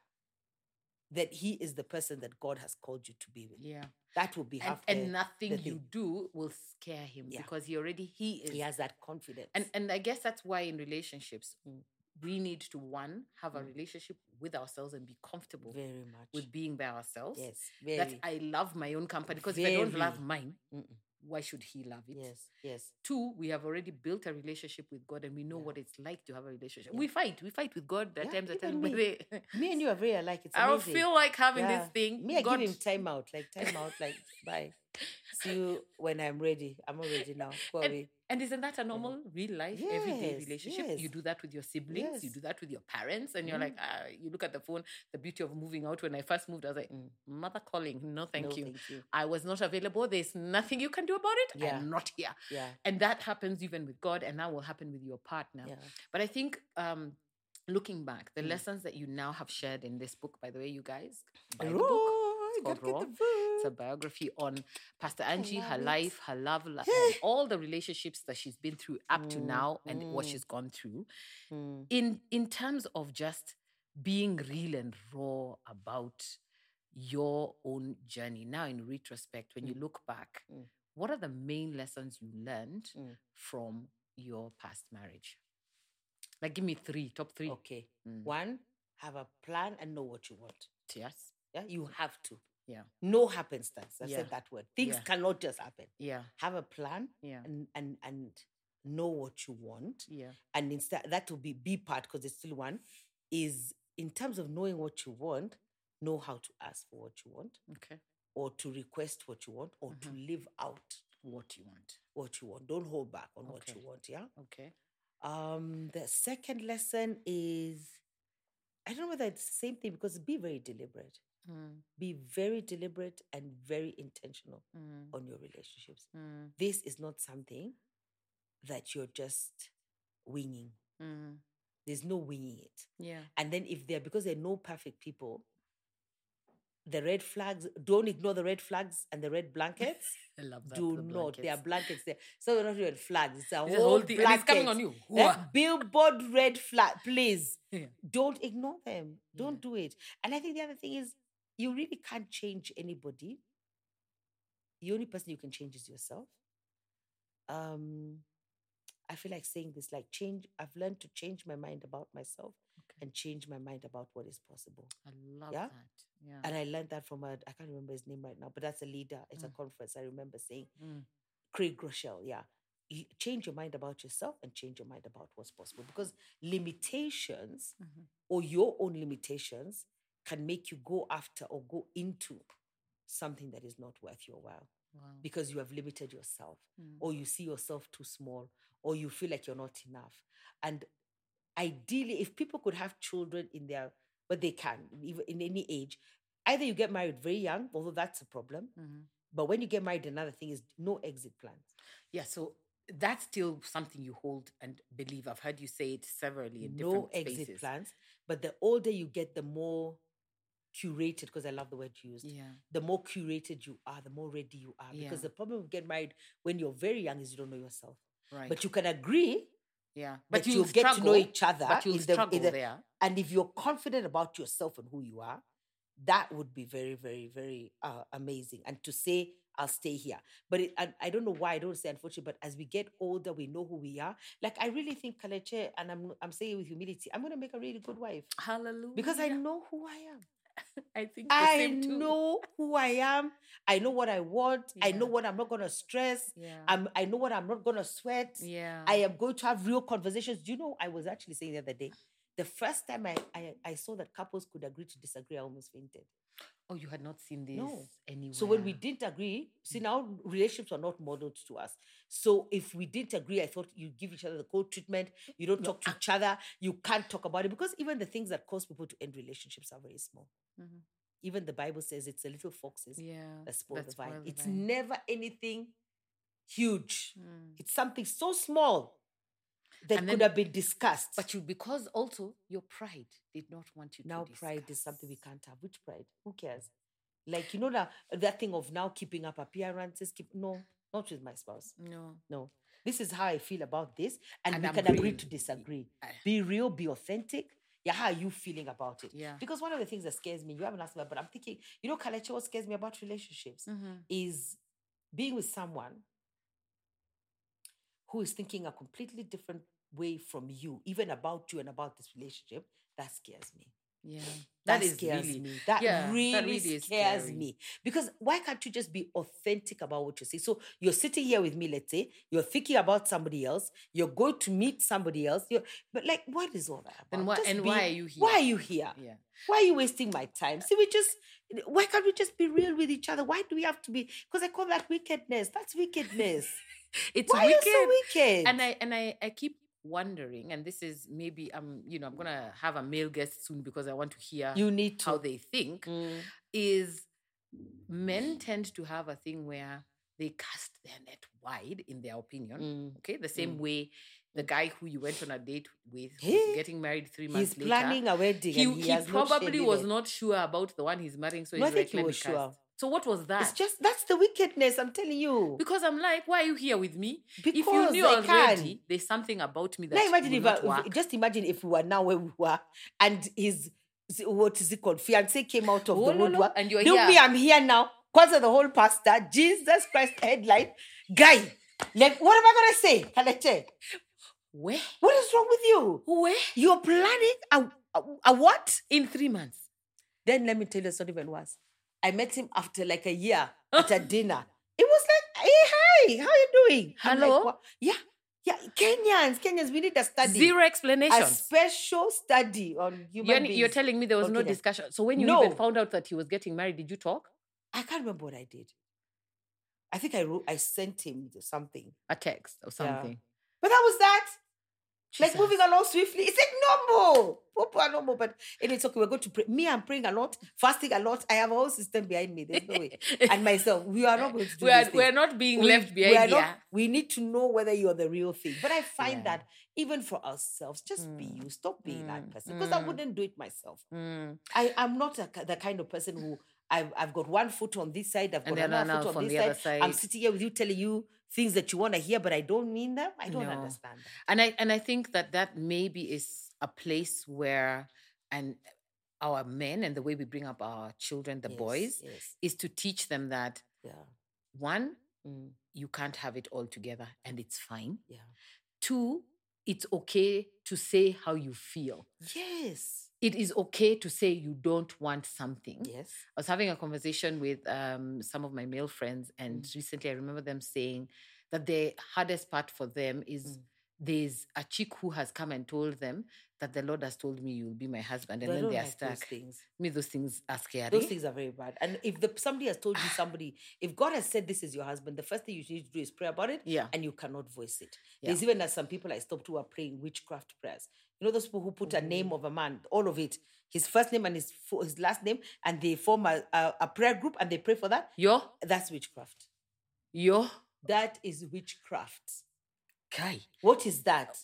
Speaker 3: that he is the person that God has called you to be with.
Speaker 2: Yeah.
Speaker 3: That will be
Speaker 2: and,
Speaker 3: half
Speaker 2: and
Speaker 3: the-
Speaker 2: nothing you
Speaker 3: thing.
Speaker 2: do will scare him
Speaker 3: Yeah.
Speaker 2: because he already he is
Speaker 3: He has that confidence.
Speaker 2: and and i guess that's why in relationships
Speaker 3: Mm.
Speaker 2: we need to one have a
Speaker 3: Mm.
Speaker 2: relationship with ourselves and be comfortable
Speaker 3: very much.
Speaker 2: with being by ourselves
Speaker 3: yes,
Speaker 2: that
Speaker 3: very.
Speaker 2: i love my own company because if i don't love
Speaker 3: Very.
Speaker 2: mine
Speaker 3: Mm-mm.
Speaker 2: why should he love it
Speaker 3: yes,
Speaker 2: <laughs>
Speaker 3: yes.
Speaker 2: two we have already built a relationship with god and we know
Speaker 3: Yeah.
Speaker 2: what it's like to have a relationship
Speaker 3: Yeah.
Speaker 2: we fight we fight with god there are
Speaker 3: Yeah,
Speaker 2: times i tell
Speaker 3: even
Speaker 2: him,
Speaker 3: me.
Speaker 2: "Babe,
Speaker 3: Me and you are very alike. It's
Speaker 2: i don't
Speaker 3: amazing.
Speaker 2: feel like having
Speaker 3: Yeah.
Speaker 2: this thing
Speaker 3: Me, I
Speaker 2: god
Speaker 3: give him time out, like time out,
Speaker 2: <laughs>
Speaker 3: like bye. See you when I'm ready. I'm not ready now. Go away.
Speaker 2: And isn't that a normal real life, everyday
Speaker 3: Yes,
Speaker 2: relationship? You
Speaker 3: yes.
Speaker 2: do that with your siblings, you
Speaker 3: Yes. Mm-hmm.
Speaker 2: do that with your parents, and you're like, ah, you look at the phone. The beauty of moving out. When I first moved, I was like,
Speaker 3: Mm.
Speaker 2: mother calling, no, thank
Speaker 3: No,
Speaker 2: you.
Speaker 3: Thank you.
Speaker 2: I was not available. There's nothing you can do about it.
Speaker 3: Yeah.
Speaker 2: I'm not here.
Speaker 3: Yeah.
Speaker 2: And that happens even with God, and that will happen with your partner.
Speaker 3: Yeah.
Speaker 2: But I think um, looking back, the
Speaker 3: Mm.
Speaker 2: lessons that you now have shared in this book, by the way, you guys, buy the book.
Speaker 3: Raw,
Speaker 2: called
Speaker 3: gotta get
Speaker 2: Raw.
Speaker 3: the
Speaker 2: It's a
Speaker 3: book.
Speaker 2: biography on Pastor Angie, her
Speaker 3: love it.
Speaker 2: life, her love, li-
Speaker 3: Yeah.
Speaker 2: and all the relationships that she's been through up to
Speaker 3: Mm,
Speaker 2: now and what
Speaker 3: mm.
Speaker 2: she's gone through.
Speaker 3: Mm,
Speaker 2: In in terms of just being real and raw about your own journey. Now in retrospect, when you
Speaker 3: Mm.
Speaker 2: look back,
Speaker 3: Mm.
Speaker 2: what are the main lessons you learned
Speaker 3: Mm.
Speaker 2: from your past marriage? Like give me three, top three.
Speaker 3: Okay.
Speaker 2: Mm.
Speaker 3: One, have a plan and know what you want.
Speaker 2: Yes.
Speaker 3: Yeah, you have to.
Speaker 2: Yeah.
Speaker 3: No happenstance. I
Speaker 2: Yeah.
Speaker 3: said that word. Things
Speaker 2: Yeah.
Speaker 3: cannot just happen.
Speaker 2: Yeah.
Speaker 3: Have a plan
Speaker 2: Yeah.
Speaker 3: and and and know what you want.
Speaker 2: Yeah.
Speaker 3: And instead, that will be B part because it's still one. Is in terms of knowing what you want, know how to ask for what you want,
Speaker 2: Okay.
Speaker 3: or to request what you want, or
Speaker 2: Mhm.
Speaker 3: to live out
Speaker 2: What you want.
Speaker 3: what you want. Don't hold back on what you
Speaker 2: Okay.
Speaker 3: want. Yeah.
Speaker 2: Okay.
Speaker 3: Um, the second lesson is I don't know whether it's the same thing because be very deliberate.
Speaker 2: Mm,
Speaker 3: Be very deliberate and very intentional
Speaker 2: mm,
Speaker 3: on your relationships.
Speaker 2: mm,
Speaker 3: This is not something that you're just winging.
Speaker 2: mm.
Speaker 3: There's no winging it.
Speaker 2: Yeah.
Speaker 3: And then if they're because they're no perfect people, the red flags, don't ignore the red flags
Speaker 2: <laughs>
Speaker 3: and the red blankets.
Speaker 2: I love that.
Speaker 3: Do
Speaker 2: the
Speaker 3: not. They are
Speaker 2: blankets.
Speaker 3: blankets there. So they're not even flags. It's a
Speaker 2: It's a
Speaker 3: whole
Speaker 2: whole thing, and it's coming
Speaker 3: blanket. Eh?
Speaker 2: on you.
Speaker 3: That
Speaker 2: Whoa.
Speaker 3: billboard red flag, please.
Speaker 2: <laughs> Yeah.
Speaker 3: Don't ignore them. Don't
Speaker 2: Yeah.
Speaker 3: do it. And I think the other thing is, you really can't change anybody. The only person you can change is yourself. Um, I feel like saying this like change. I've learned to change my mind about myself
Speaker 2: Okay.
Speaker 3: and change my mind about what is possible.
Speaker 2: I love
Speaker 3: Yeah?
Speaker 2: that. Yeah.
Speaker 3: And I learned that from a, I can't remember his name right now, but that's a leader at a
Speaker 2: Mm.
Speaker 3: conference. I remember saying,
Speaker 2: Mm.
Speaker 3: Craig Rochelle, yeah. you change your mind about yourself and change your mind about what's possible because limitations
Speaker 2: Mhm.
Speaker 3: or your own limitations can make you go after or go into something that is not worth your while
Speaker 2: Wow.
Speaker 3: because you have limited yourself
Speaker 2: Mm.
Speaker 3: or you see yourself too small or you feel like you're not enough and ideally if people could have children in their but they can even in any age either you get married very young although that's a problem
Speaker 2: Mhm.
Speaker 3: but when you get married another thing is no exit plans
Speaker 2: Yeah, so that's still something you hold and believe. I've heard you say it severally in different
Speaker 3: no
Speaker 2: spaces.
Speaker 3: exit plans. But the older you get, the more curated, because I love the word you used,
Speaker 2: Yeah.
Speaker 3: the more curated you are, the more ready you are. Because
Speaker 2: Yeah.
Speaker 3: the problem with getting married when you're very young is you don't know yourself.
Speaker 2: Right.
Speaker 3: But you can agree,
Speaker 2: yeah.
Speaker 3: but
Speaker 2: you'll
Speaker 3: you get to know
Speaker 2: struggle,
Speaker 3: each other.
Speaker 2: But you'll
Speaker 3: in the- in
Speaker 2: struggle
Speaker 3: the-
Speaker 2: there.
Speaker 3: And if you're confident about yourself and who you are, that would be very, very, very uh, amazing. And to say, I'll stay here. But it, and I don't know why I don't say unfortunately, but as we get older, we know who we are. Like, I really think, Kaleche, and I'm, I'm saying it with humility, I'm going to make a really good wife
Speaker 2: Hallelujah.
Speaker 3: because I know who I am.
Speaker 2: I think the
Speaker 3: I
Speaker 2: same too.
Speaker 3: know who I am. I know what I want. I know
Speaker 2: Yeah.
Speaker 3: what I'm not going to stress.
Speaker 2: Yeah.
Speaker 3: I'm, I know what I'm not going to sweat.
Speaker 2: yeah.
Speaker 3: I am going to have real conversations. Do you know, I was actually saying the other day, the first time I, I, I saw that couples could agree to disagree, I almost fainted.
Speaker 2: oh, you had not seen this
Speaker 3: No.
Speaker 2: anywhere.
Speaker 3: So when we didn't agree, see now relationships are not modeled to us. So if we didn't agree, I thought you give each other the cold treatment. You don't talk to each other. You can't talk about it because even the things that cause people to end relationships are very small.
Speaker 2: Mhm.
Speaker 3: Even the Bible says it's the little foxes
Speaker 2: Yeah.
Speaker 3: that spoil
Speaker 2: that
Speaker 3: the vine.
Speaker 2: spoil the
Speaker 3: it's
Speaker 2: vine.
Speaker 3: never anything huge.
Speaker 2: Mm.
Speaker 3: It's something so small that
Speaker 2: And
Speaker 3: could
Speaker 2: then-
Speaker 3: have been discussed.
Speaker 2: But you, because also your pride did not want you
Speaker 3: now
Speaker 2: to.
Speaker 3: pride is something we
Speaker 2: discuss.
Speaker 3: can't have. Which pride? Who cares? Like you know that that thing of now keeping up appearances. Keep no, not with my spouse.
Speaker 2: No.
Speaker 3: No, this is how I feel about this, and,
Speaker 2: And
Speaker 3: we
Speaker 2: I'm
Speaker 3: can agree
Speaker 2: real.
Speaker 3: to disagree.
Speaker 2: I-
Speaker 3: Be real. Be authentic. Yeah, how are you feeling about it?
Speaker 2: Yeah.
Speaker 3: Because one of the things that scares me, you haven't asked me, but I'm thinking, you know, Kalechi, what scares me about relationships
Speaker 2: Mhm.
Speaker 3: is being with someone who is thinking a completely different way from you, even about you and about this relationship, that scares me.
Speaker 2: Yeah.
Speaker 3: That,
Speaker 2: that is
Speaker 3: scares
Speaker 2: really.
Speaker 3: me. That
Speaker 2: yeah, that
Speaker 3: really,
Speaker 2: really is
Speaker 3: scares
Speaker 2: scary.
Speaker 3: me. Because why can't you just be authentic about what you say? So you're sitting here with me, let's say, you're thinking about somebody else, you're going to meet somebody else. You're, but like, what is all that about?
Speaker 2: Then why-
Speaker 3: Just
Speaker 2: and
Speaker 3: be-
Speaker 2: why are you here?
Speaker 3: Why are you here?
Speaker 2: Yeah.
Speaker 3: Why are you wasting my time? See, we just, why can't we just be real with each other? Why do we have to be? Because I call that wickedness. That's wickedness.
Speaker 2: <laughs> It's
Speaker 3: why
Speaker 2: wicked.
Speaker 3: are you so wicked?
Speaker 2: and I and I, I keep wondering, and this is maybe I'm you know I'm gonna have a male guest soon because I want to hear
Speaker 3: you need to.
Speaker 2: how they think.
Speaker 3: Mm.
Speaker 2: Is men tend to have a thing where they cast their net wide in their opinion.
Speaker 3: Mm.
Speaker 2: Okay, the same
Speaker 3: Mm.
Speaker 2: way the guy who you went on a date with
Speaker 3: He-
Speaker 2: who's getting married three months
Speaker 3: He's
Speaker 2: later.
Speaker 3: planning a wedding.
Speaker 2: he,
Speaker 3: and he,
Speaker 2: he
Speaker 3: has not
Speaker 2: probably
Speaker 3: shaved
Speaker 2: was
Speaker 3: it.
Speaker 2: not sure about the one he's marrying, so
Speaker 3: No, I
Speaker 2: he's
Speaker 3: think
Speaker 2: like,
Speaker 3: he
Speaker 2: "Let me
Speaker 3: was
Speaker 2: cast."
Speaker 3: sure.
Speaker 2: So what was that?
Speaker 3: It's just that's the wickedness. I'm telling you.
Speaker 2: because I'm like, why are you here with me?
Speaker 3: Because
Speaker 2: if you knew
Speaker 3: I
Speaker 2: already, there's something about me that
Speaker 3: can. Now imagine
Speaker 2: will
Speaker 3: if,
Speaker 2: not
Speaker 3: I- if-
Speaker 2: work.
Speaker 3: just imagine if we were now where we were, and his s- what is it called fiance came out of
Speaker 2: Oh,
Speaker 3: the
Speaker 2: no, no,
Speaker 3: woodwork.
Speaker 2: and you're
Speaker 3: Do
Speaker 2: here.
Speaker 3: me, I'm here now. Cause of the whole pastor, Jesus Christ headline guy. Like, what am I gonna say, Kaleche?
Speaker 2: Where?
Speaker 3: What is wrong with you?
Speaker 2: Where?
Speaker 3: You're planning a, a, a what?
Speaker 2: In three months.
Speaker 3: Then let me tell you, it's not even worse. I met him after like
Speaker 2: <laughs>
Speaker 3: a year at a dinner. It was like, hey, hi, how you doing? I'm like,
Speaker 2: Hello?
Speaker 3: "Wha- yeah, yeah. Kenyans, Kenyans, we need a study.
Speaker 2: Zero
Speaker 3: a
Speaker 2: explanation.
Speaker 3: special study on human
Speaker 2: You're,
Speaker 3: beings.
Speaker 2: you're telling me there was no
Speaker 3: Okay then.
Speaker 2: discussion. So when you
Speaker 3: No.
Speaker 2: even found out that he was getting married, did you talk?
Speaker 3: I can't remember what I did. I think I wrote, I sent him something,
Speaker 2: A text or something.
Speaker 3: but that was that. Like
Speaker 2: Jesus.
Speaker 3: moving along swiftly. It's like normal. People are normal, but it is okay. We're going to pray. Me, I'm praying a lot, fasting a lot. I have a whole system behind me. There's
Speaker 2: <laughs>
Speaker 3: no way. and myself, we are not going to do
Speaker 2: we are,
Speaker 3: these things.
Speaker 2: we're not being
Speaker 3: We-
Speaker 2: left
Speaker 3: we
Speaker 2: behind
Speaker 3: are not-
Speaker 2: here.
Speaker 3: we need to know whether you're the real thing. But I find
Speaker 2: Yeah.
Speaker 3: that even for ourselves, just be
Speaker 2: Mm.
Speaker 3: you. Stop being that
Speaker 2: Mm.
Speaker 3: person because I
Speaker 2: Mm.
Speaker 3: wouldn't do it myself.
Speaker 2: Mm.
Speaker 3: I, I'm not a, ki- the kind of person who I've, I've got one foot on this side, I've
Speaker 2: And
Speaker 3: got
Speaker 2: the other
Speaker 3: another
Speaker 2: now
Speaker 3: foot on
Speaker 2: from
Speaker 3: this
Speaker 2: the other
Speaker 3: side. I'm
Speaker 2: side.
Speaker 3: sitting here with you telling you things that you want to hear, but I don't mean them. I don't
Speaker 2: No.
Speaker 3: understand. That.
Speaker 2: And I and I think that that maybe is a place where and our men and the way we bring up our children, the
Speaker 3: Yes,
Speaker 2: boys,
Speaker 3: Yes.
Speaker 2: is to teach them that
Speaker 3: Yeah.
Speaker 2: one,
Speaker 3: Mm,
Speaker 2: you can't have it all together and it's fine.
Speaker 3: yeah.
Speaker 2: Two, it's okay to say how you feel.
Speaker 3: Yes.
Speaker 2: It is okay to say you don't want something.
Speaker 3: Yes. Mm.
Speaker 2: I was having a conversation with um, some of my male friends, and recently I remember them saying that the hardest part for them is
Speaker 3: Mm.
Speaker 2: there's a chick who has come and told them that the Lord has told me you'll be my husband, and
Speaker 3: But I
Speaker 2: then
Speaker 3: don't
Speaker 2: they are
Speaker 3: like
Speaker 2: stuck.
Speaker 3: Those things.
Speaker 2: Me, those things are scary.
Speaker 3: Those things are very bad. And if the, somebody has told
Speaker 2: Ah.
Speaker 3: you somebody, if God has said this is your husband, the first thing you need to do is pray about it, <laughs>
Speaker 2: yeah.
Speaker 3: and you cannot voice it.
Speaker 2: Yeah.
Speaker 3: There's even as some people I stopped who are praying witchcraft prayers. You know those people who put a name of a man, all of it, his first name and his fo- his last name, and they form a, a, a prayer group and they pray for that.
Speaker 2: Yo,
Speaker 3: That's witchcraft.
Speaker 2: yo,
Speaker 3: That is witchcraft.
Speaker 2: guy.
Speaker 3: What is that?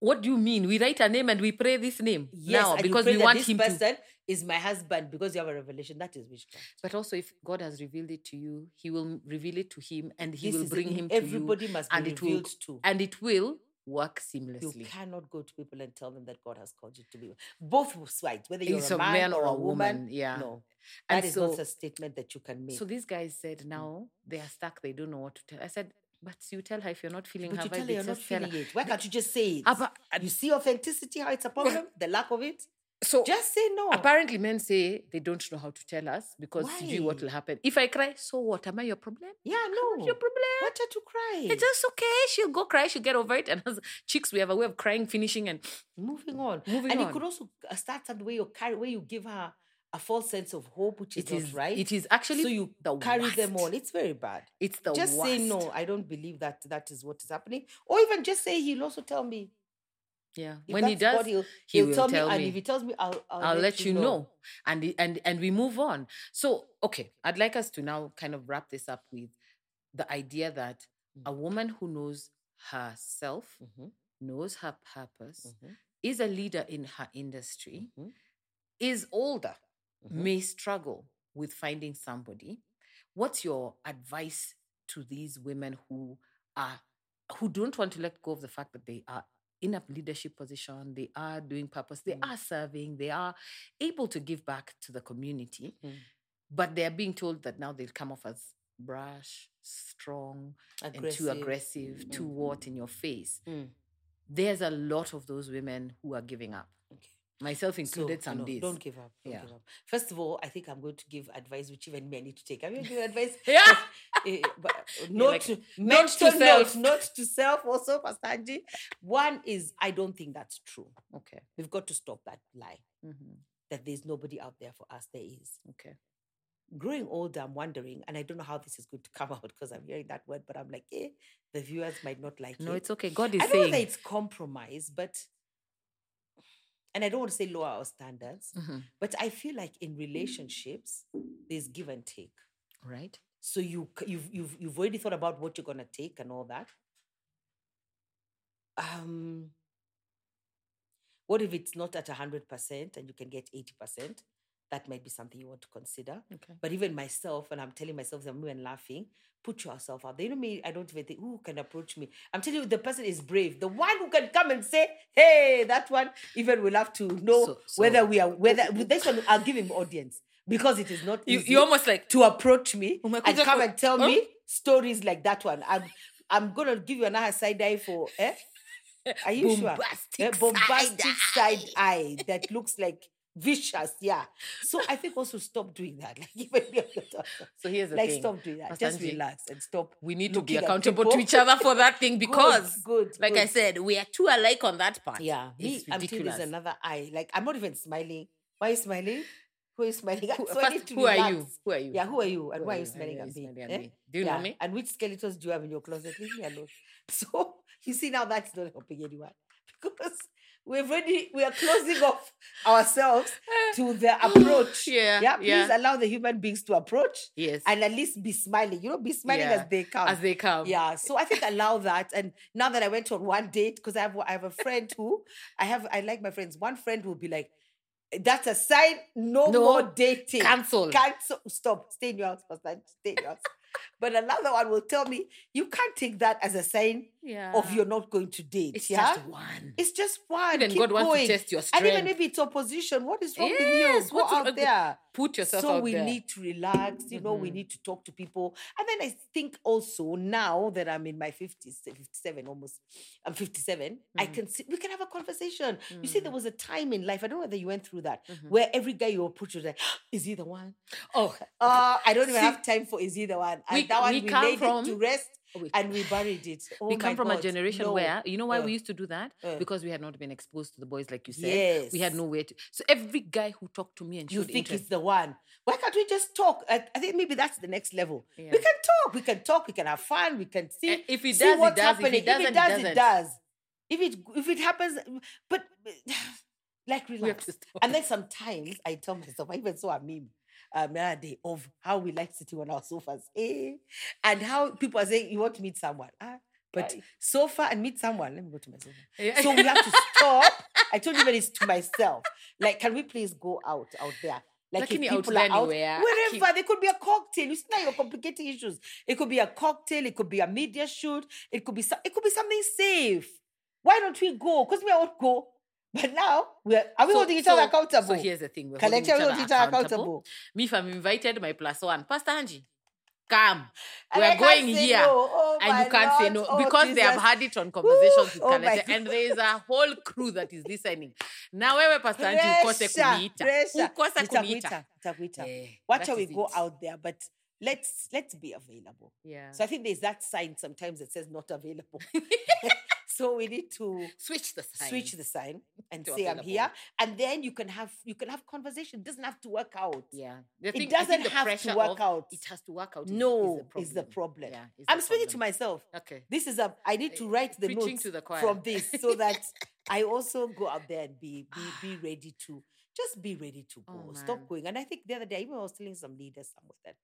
Speaker 2: What do you mean? We write a name and we pray this name
Speaker 3: Yes,
Speaker 2: now
Speaker 3: and you
Speaker 2: because
Speaker 3: pray
Speaker 2: we
Speaker 3: that
Speaker 2: want
Speaker 3: this
Speaker 2: him to.
Speaker 3: person is my husband because you have a revelation. That is witchcraft.
Speaker 2: But also, if God has revealed it to you, He will reveal it to him, and He
Speaker 3: This
Speaker 2: will
Speaker 3: is-
Speaker 2: bring him to
Speaker 3: Everybody must be
Speaker 2: and it will-
Speaker 3: revealed to.
Speaker 2: you, and it will work
Speaker 3: You
Speaker 2: seamlessly.
Speaker 3: cannot go to people and tell them that God has called you to be both sides, whether you're
Speaker 2: It's
Speaker 3: a, man, or a woman.
Speaker 2: yeah.
Speaker 3: No,
Speaker 2: and
Speaker 3: that is
Speaker 2: so,
Speaker 3: not a statement that you can make.
Speaker 2: so these guys said
Speaker 3: Mm.
Speaker 2: now they are stuck. They don't know what to tell. I said, but you tell her if you're not feeling
Speaker 3: but
Speaker 2: her
Speaker 3: you tell
Speaker 2: vibe.
Speaker 3: her you're
Speaker 2: it's
Speaker 3: not
Speaker 2: just tell her."
Speaker 3: feeling it. Why can't you just say it?
Speaker 2: Ah, but-
Speaker 3: you see authenticity, how it's a problem, the lack of it.
Speaker 2: So
Speaker 3: Just say no.
Speaker 2: apparently, men say they don't know how to tell us because you what
Speaker 3: Why?
Speaker 2: will happen. If I cry, so what? Am I your problem?
Speaker 3: yeah,
Speaker 2: I'm
Speaker 3: no.
Speaker 2: not your problem.
Speaker 3: Want her to cry.
Speaker 2: It's just okay. She'll go cry. She'll get over it. And as chicks, we have a way of crying, finishing, and
Speaker 3: moving on.
Speaker 2: moving
Speaker 3: and
Speaker 2: on.
Speaker 3: it could also uh, start that way you carry, where you give her a false sense of hope, which is
Speaker 2: it
Speaker 3: not
Speaker 2: is
Speaker 3: right.
Speaker 2: It is actually
Speaker 3: so you
Speaker 2: the
Speaker 3: carry them
Speaker 2: worst.
Speaker 3: on. It's very bad.
Speaker 2: It's the
Speaker 3: just
Speaker 2: worst.
Speaker 3: say no. I don't believe that that is what is happening. Or even just say he'll also tell me.
Speaker 2: Yeah.
Speaker 3: If
Speaker 2: when he
Speaker 3: that's
Speaker 2: does,
Speaker 3: God, he'll,
Speaker 2: he
Speaker 3: he'll
Speaker 2: will
Speaker 3: tell,
Speaker 2: tell
Speaker 3: me, and
Speaker 2: me.
Speaker 3: if he tells me, I'll I'll,
Speaker 2: I'll let you know. And the- and and we move on. So okay, I'd like us to now kind of wrap this up with the idea that a woman who knows herself,
Speaker 3: Mhm,
Speaker 2: knows her purpose,
Speaker 3: mhm,
Speaker 2: is a leader in her industry,
Speaker 3: mhm.
Speaker 2: is older,
Speaker 3: Mhm.
Speaker 2: may struggle with finding somebody. What's your advice to these women who are who don't want to let go of the fact that they are in a leadership position, they are doing purpose, they
Speaker 3: Mm.
Speaker 2: are serving, they are able to give back to the community,
Speaker 3: Mm.
Speaker 2: but they are being told that now they'll come off as brash, strong, and too aggressive, too
Speaker 3: Mm.
Speaker 2: what in your face.
Speaker 3: Mm.
Speaker 2: There's a lot of those women who are giving up,
Speaker 3: Okay.
Speaker 2: myself
Speaker 3: So,
Speaker 2: included. some
Speaker 3: no,
Speaker 2: days,
Speaker 3: Don't give up. Don't
Speaker 2: Yeah.
Speaker 3: give up. First of all, I think I'm going to give advice, which even me I need to take. I'm going to give advice.
Speaker 2: <laughs> yeah.
Speaker 3: eh, but not
Speaker 2: like,
Speaker 3: to,
Speaker 2: "Not to
Speaker 3: mental
Speaker 2: self."
Speaker 3: note, not to self also, Pastor Angie. One is I don't think that's true.
Speaker 2: Okay.
Speaker 3: We've got to stop that lie
Speaker 2: Mm-hmm.
Speaker 3: that there's nobody out there for us. There is.
Speaker 2: Okay.
Speaker 3: growing older, I'm wondering, and I don't know how this is going to come <laughs> out because I'm hearing that word, but I'm like, eh, the viewers might not like
Speaker 2: No,
Speaker 3: it.
Speaker 2: it's okay. God
Speaker 3: I
Speaker 2: is
Speaker 3: don't know
Speaker 2: saying.
Speaker 3: whether it's compromise, but and I don't want to say lower our standards,
Speaker 2: Mhm.
Speaker 3: but I feel like in relationships, there's give and take.
Speaker 2: Right.
Speaker 3: So you c- you've you've you've already thought about what you're gonna take and all that. Um, what if it's not at hundred percent and you can get eighty percent? That might be something you want to consider.
Speaker 2: Okay.
Speaker 3: But even myself, and I'm telling myself, I'm even laughing, put yourself out there. You know me, I don't even think, who can approach me? I'm telling you, the person is brave. The one who can come and say, hey, that one, even will have to know
Speaker 2: So-
Speaker 3: whether
Speaker 2: so-
Speaker 3: we are, whether, with this one, I'll give him audience because it is not
Speaker 2: You,
Speaker 3: easy
Speaker 2: you almost like
Speaker 3: to approach me and
Speaker 2: Umekuja
Speaker 3: come
Speaker 2: ku-
Speaker 3: and tell
Speaker 2: Huh?
Speaker 3: me stories like that one. I'm, I'm going to give you another side eye for, eh? Are you sure?
Speaker 2: bombastic,
Speaker 3: a bombastic side
Speaker 2: side
Speaker 3: eye that looks like vicious. Yeah. So I think also stop doing that. <laughs> Like even if you're not-
Speaker 2: So here's the
Speaker 3: like
Speaker 2: thing.
Speaker 3: stop doing that.
Speaker 2: Pastor
Speaker 3: Just
Speaker 2: Angie,
Speaker 3: relax and stop.
Speaker 2: We need to be
Speaker 3: looking at
Speaker 2: accountable to
Speaker 3: people.
Speaker 2: each other for that thing
Speaker 3: <laughs> Good,
Speaker 2: because,
Speaker 3: good,
Speaker 2: like I
Speaker 3: good.
Speaker 2: said, we are too alike on that part.
Speaker 3: yeah, me,
Speaker 2: it's
Speaker 3: I'm telling you,
Speaker 2: ridiculous.
Speaker 3: there's another eye. Like I'm not even smiling. Why are you smiling? Who is smiling? <laughs>
Speaker 2: Who,
Speaker 3: So I need
Speaker 2: first,
Speaker 3: to
Speaker 2: who are you?
Speaker 3: relax.
Speaker 2: Who are you?
Speaker 3: Yeah, who are you? And
Speaker 2: Who
Speaker 3: why are you
Speaker 2: And
Speaker 3: smiling
Speaker 2: why
Speaker 3: at
Speaker 2: are
Speaker 3: me?
Speaker 2: you smiling at
Speaker 3: Eh?
Speaker 2: me? Do you
Speaker 3: yeah.
Speaker 2: know me?
Speaker 3: And which skeletons do you have in your closet? Leave me alone. <laughs> So you see now that's not helping anyone <laughs> because we've already we are closing <laughs> off
Speaker 2: <laughs>
Speaker 3: ourselves to the approach.
Speaker 2: yeah.
Speaker 3: yeah, please allow the human beings to approach
Speaker 2: Yes.
Speaker 3: and at least be smiling. You know, be smiling
Speaker 2: Yeah,
Speaker 3: as they come.
Speaker 2: As they come.
Speaker 3: yeah, so I think allow that. And now that I went on one date, because I have I have a friend who I have I like my friends. One friend will be like, "That's a sign, no,
Speaker 2: No,
Speaker 3: more dating.
Speaker 2: Cancel.
Speaker 3: Cancel. Stop. Stay in your house, Pastor. Stay in your house." but another one will tell me, "You can't take that as a sign
Speaker 2: Yeah.
Speaker 3: of you're not going to date."
Speaker 2: Ah. It's
Speaker 3: yeah,
Speaker 2: just one.
Speaker 3: it's just one.
Speaker 2: Even
Speaker 3: Keep
Speaker 2: God
Speaker 3: going.
Speaker 2: wants to test your
Speaker 3: and
Speaker 2: strength.
Speaker 3: even if it's opposition, what is wrong
Speaker 2: Yes,
Speaker 3: with you? Go
Speaker 2: what's
Speaker 3: out
Speaker 2: wrong-
Speaker 3: there
Speaker 2: Put yourself
Speaker 3: so
Speaker 2: out
Speaker 3: we
Speaker 2: there.
Speaker 3: need to relax you know we
Speaker 2: Mhm.
Speaker 3: need to talk to people and then i think also now that i'm in my 50s 57 almost i'm 57 i
Speaker 2: Mhm.
Speaker 3: can see we can have a conversation you see there
Speaker 2: Mm.
Speaker 3: was a time in life i don't know whether you went through that
Speaker 2: Mhm.
Speaker 3: where every guy you approach was like <gasps> is he the one
Speaker 2: Oh,
Speaker 3: uh, i don't even
Speaker 2: See-
Speaker 3: have time for is he the one and
Speaker 2: We-
Speaker 3: that one
Speaker 2: we
Speaker 3: we,
Speaker 2: come
Speaker 3: laid it to
Speaker 2: from-
Speaker 3: rest
Speaker 2: Oh, we-
Speaker 3: and we buried it. Oh
Speaker 2: we
Speaker 3: my
Speaker 2: come from a
Speaker 3: God,
Speaker 2: generation
Speaker 3: no.
Speaker 2: where you know why
Speaker 3: Uh,
Speaker 2: we used to do that
Speaker 3: uh.
Speaker 2: because we had not been exposed to the boys like you said.
Speaker 3: yes.
Speaker 2: We had nowhere to. So every guy who talked to me and
Speaker 3: You
Speaker 2: showed
Speaker 3: think
Speaker 2: interest,
Speaker 3: it's the one? Why can't we just talk? I, I think maybe that's the next level.
Speaker 2: Yeah.
Speaker 3: We can talk. We can talk. We can have fun. We can see.
Speaker 2: Eh, if he
Speaker 3: see
Speaker 2: does, he
Speaker 3: what's
Speaker 2: does.
Speaker 3: happening.
Speaker 2: If he doesn't,
Speaker 3: it does,
Speaker 2: he does
Speaker 3: it does. If it if it happens, but <sighs> like
Speaker 2: We have
Speaker 3: relax.
Speaker 2: to stop.
Speaker 3: And then sometimes I tell myself, I even saw a meme um, the other day of how we like sitting on our sofas, eh? And how people are saying you want to meet someone, ah, but
Speaker 2: Aye.
Speaker 3: sofa and meet someone. Let me go to my sofa.
Speaker 2: <laughs> Yeah.
Speaker 3: So we have to stop. I told you that it's to myself. Like, can we please go out out there? Like, if
Speaker 2: Lakini
Speaker 3: people are
Speaker 2: outland
Speaker 3: out,
Speaker 2: where-
Speaker 3: wherever there could be a cocktail. You see now you're complicating issues. It could be a cocktail. It could be a media shoot. It could be so, it could be something safe. Why don't we go? Because we won't go. But now we're are we
Speaker 2: So-
Speaker 3: holding each other
Speaker 2: so-
Speaker 3: accountable?
Speaker 2: So here's the thing: we're holding each
Speaker 3: Collective,
Speaker 2: other
Speaker 3: we hold each other
Speaker 2: accountable.
Speaker 3: accountable.
Speaker 2: Me, if I'm invited, my plus one, Pastor Angie, come.
Speaker 3: And I
Speaker 2: We're
Speaker 3: can't
Speaker 2: going
Speaker 3: say
Speaker 2: here.
Speaker 3: no. Oh
Speaker 2: and you
Speaker 3: my
Speaker 2: can't say
Speaker 3: Lord.
Speaker 2: no
Speaker 3: Oh,
Speaker 2: because they have
Speaker 3: Jesus.
Speaker 2: had it on conversations with
Speaker 3: oh my
Speaker 2: Kalete, and there is a whole crew that is listening. Now, wewe Pastor Angie, ukose
Speaker 3: Pressure,
Speaker 2: kuniita.
Speaker 3: pressure.
Speaker 2: Ukose
Speaker 3: Nitakuita,
Speaker 2: kuniita.
Speaker 3: nitakuita.
Speaker 2: Eh,
Speaker 3: Watch
Speaker 2: that
Speaker 3: how we
Speaker 2: is
Speaker 3: go
Speaker 2: it.
Speaker 3: out there, but let's let's be available.
Speaker 2: Yeah.
Speaker 3: So I think there's that sign sometimes that says
Speaker 2: <laughs>
Speaker 3: not available. <laughs> so we need to
Speaker 2: switch the sign.
Speaker 3: switch the sign and
Speaker 2: To
Speaker 3: say I'm
Speaker 2: available.
Speaker 3: here, and then you can have you can have conversation. It doesn't have to work out.
Speaker 2: Yeah. The
Speaker 3: It
Speaker 2: thing- I think
Speaker 3: doesn't
Speaker 2: the
Speaker 3: have
Speaker 2: pressure
Speaker 3: to work
Speaker 2: of
Speaker 3: out.
Speaker 2: It has to work out. is the-
Speaker 3: No,
Speaker 2: is the problem. Yeah, is the
Speaker 3: I'm speaking to
Speaker 2: problem.
Speaker 3: myself.
Speaker 2: Okay.
Speaker 3: This is a. I need to
Speaker 2: Eh,
Speaker 3: write the
Speaker 2: preaching
Speaker 3: notes
Speaker 2: to the choir.
Speaker 3: from this
Speaker 2: <laughs>
Speaker 3: so that I also go out there and be
Speaker 2: <sighs>
Speaker 3: be, be ready to just be ready to go.
Speaker 2: Oh, man.
Speaker 3: Stop going. And I think the other day, even I was telling some leaders somewhere that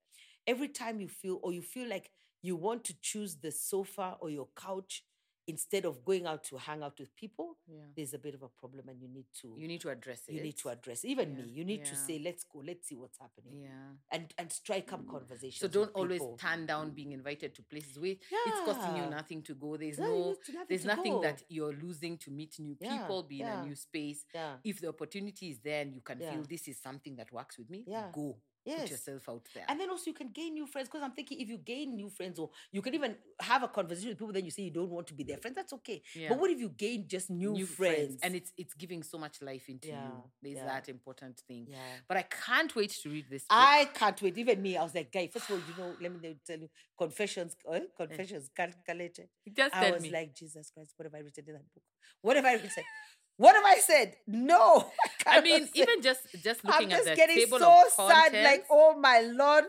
Speaker 3: every time you feel or you feel like you want to choose the sofa or your couch instead of going out to hang out with people,
Speaker 2: Yeah.
Speaker 3: there's a bit of a problem, and you need to
Speaker 2: You need to address it.
Speaker 3: you need to address. Even
Speaker 2: Yeah,
Speaker 3: me, you need to
Speaker 2: yeah.
Speaker 3: say, let's go, let's see what's happening,
Speaker 2: Yeah. Mm.
Speaker 3: and and strike up conversations.
Speaker 2: So
Speaker 3: with
Speaker 2: don't always
Speaker 3: people.
Speaker 2: turn down being invited to places where it's costing you
Speaker 3: Yeah.
Speaker 2: nothing to go. There's
Speaker 3: Yeah, you
Speaker 2: no,
Speaker 3: need to- nothing
Speaker 2: there's
Speaker 3: to
Speaker 2: nothing
Speaker 3: go.
Speaker 2: that you're losing to meet new
Speaker 3: Yeah,
Speaker 2: people, be in
Speaker 3: yeah.
Speaker 2: a new space.
Speaker 3: yeah.
Speaker 2: If the opportunity is there and you can
Speaker 3: Yeah.
Speaker 2: feel this is something that works with me,
Speaker 3: Yeah.
Speaker 2: go. Put
Speaker 3: Yes.
Speaker 2: yourself out there.
Speaker 3: And then also you can gain new friends because I'm thinking if you gain new friends or you can even have a conversation with people that you say you don't want to be their friends, that's okay.
Speaker 2: Yeah.
Speaker 3: But what if you gain just new, friends?
Speaker 2: And it's it's giving so much life into you.
Speaker 3: Yeah,
Speaker 2: There's
Speaker 3: yeah.
Speaker 2: that important thing.
Speaker 3: yeah.
Speaker 2: But I can't wait to read this book.
Speaker 3: I can't wait. Even me, I was like, guy, first of all, you know, let me tell- tell you, confessions, eh? confessions, Cal- Calete.
Speaker 2: Just
Speaker 3: I
Speaker 2: tell
Speaker 3: was
Speaker 2: me.
Speaker 3: like, Jesus Christ, what have I written in that book? What have I written? what have I said? No. <laughs>
Speaker 2: I
Speaker 3: cannot
Speaker 2: mean,
Speaker 3: say.
Speaker 2: even just just looking
Speaker 3: I'm just
Speaker 2: at the
Speaker 3: getting
Speaker 2: table
Speaker 3: so
Speaker 2: of
Speaker 3: sad.
Speaker 2: contents,
Speaker 3: Like, oh my Lord,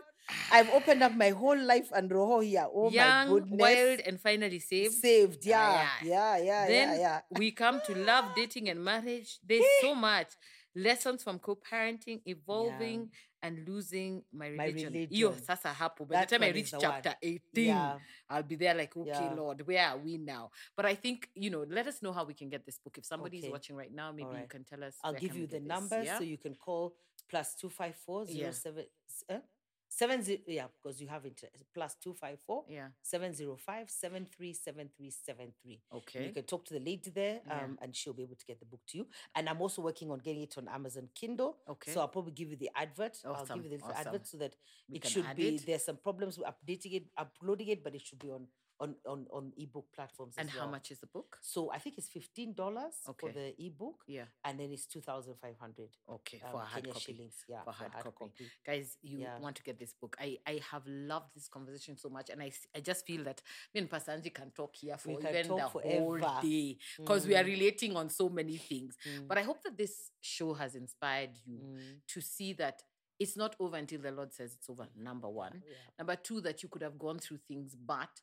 Speaker 3: I've opened up my whole life and Roho here. Oh
Speaker 2: young,
Speaker 3: my goodness.
Speaker 2: wild, and finally saved.
Speaker 3: saved. Yeah,
Speaker 2: Ah,
Speaker 3: yeah, yeah,
Speaker 2: then
Speaker 3: yeah, yeah.
Speaker 2: we come to love,
Speaker 3: <gasps>
Speaker 2: dating, and marriage. There's
Speaker 3: <laughs>
Speaker 2: so much lessons from co-parenting, evolving, and losing my
Speaker 3: My
Speaker 2: religion. Yo,
Speaker 3: religion.
Speaker 2: sasa hapo. By
Speaker 3: That
Speaker 2: the time I
Speaker 3: one is
Speaker 2: reach
Speaker 3: the one.
Speaker 2: chapter 18,
Speaker 3: Yeah.
Speaker 2: I'll be there like, okay,
Speaker 3: Yeah.
Speaker 2: Lord, where are we now? But I think you know. Let us know how we can get this book. If somebody's
Speaker 3: Okay.
Speaker 2: watching right now, maybe you
Speaker 3: right.
Speaker 2: can tell us.
Speaker 3: I'll
Speaker 2: where
Speaker 3: give
Speaker 2: can we
Speaker 3: you the
Speaker 2: get this,
Speaker 3: number
Speaker 2: yeah?
Speaker 3: so you can call plus two five four
Speaker 2: Yeah.
Speaker 3: zero seven eh? seven zero yeah because you have it uh, plus two five four
Speaker 2: yeah.
Speaker 3: seven zero five seven three seven three seven three.
Speaker 2: Okay.
Speaker 3: You can talk to the lady there,
Speaker 2: Yeah.
Speaker 3: um, and she'll be able to get the book to you. And I'm also working on getting it on Amazon Kindle.
Speaker 2: Okay.
Speaker 3: So I'll probably give you the advert. I'll
Speaker 2: Awesome,
Speaker 3: give you the
Speaker 2: awesome.
Speaker 3: advert so that
Speaker 2: We
Speaker 3: it
Speaker 2: can
Speaker 3: should
Speaker 2: add
Speaker 3: be.
Speaker 2: it.
Speaker 3: There's some problems with updating it, uploading it, but it should be on on on on ebook platforms.
Speaker 2: and
Speaker 3: as
Speaker 2: how
Speaker 3: well.
Speaker 2: much is the book?
Speaker 3: So I think it's fifteen dollars for
Speaker 2: Okay.
Speaker 3: the ebook,
Speaker 2: Yeah.
Speaker 3: and then it's two thousand five hundred
Speaker 2: Okay.
Speaker 3: um,
Speaker 2: for a hard
Speaker 3: Kenya
Speaker 2: copy.
Speaker 3: shillings. Yeah,
Speaker 2: for a hard copy. Guys, you
Speaker 3: Yeah.
Speaker 2: want to get this book. I, I have loved this conversation so much. And I, s- I just feel that me and Pastor Angie can talk here for
Speaker 3: We can
Speaker 2: even the
Speaker 3: talk
Speaker 2: whole
Speaker 3: forever.
Speaker 2: day because we are
Speaker 3: Mm.
Speaker 2: relating on so many things.
Speaker 3: Mm.
Speaker 2: But I hope that this show has inspired you <laughs>
Speaker 3: Mm.
Speaker 2: to see that it's not over until the Lord says it's over, number one.
Speaker 3: Yeah.
Speaker 2: Number two, that you could have gone through things, but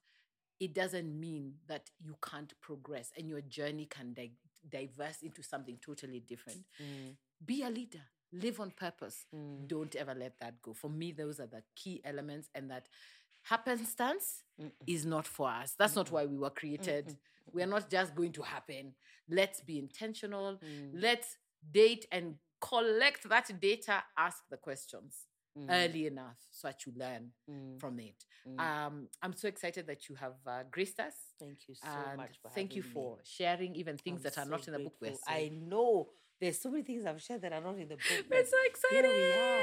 Speaker 2: it doesn't mean that you can't progress and your journey can di- diverse into something totally different.
Speaker 3: Mm.
Speaker 2: Be a leader, live on purpose.
Speaker 3: Mm.
Speaker 2: Don't ever let that go. For me, those are the key elements, and that happenstance
Speaker 3: Mm-mm.
Speaker 2: is not for us. That's not why we were created. We are not just going to happen. Let's be intentional.
Speaker 3: Mm.
Speaker 2: Let's date and collect that data, ask the questions
Speaker 3: Mm.
Speaker 2: early enough so that you learn
Speaker 3: Mm.
Speaker 2: from it.
Speaker 3: Mm.
Speaker 2: Um, I'm so excited that you have uh, graced us.
Speaker 3: Thank you so
Speaker 2: And
Speaker 3: much. For
Speaker 2: thank you
Speaker 3: having me.
Speaker 2: for sharing even things
Speaker 3: I'm
Speaker 2: that are
Speaker 3: so
Speaker 2: not in the book. We're
Speaker 3: grateful.
Speaker 2: so-
Speaker 3: I know there's so many things I've shared that are not in the book.
Speaker 2: We're
Speaker 3: but <laughs>
Speaker 2: so
Speaker 3: Here we are.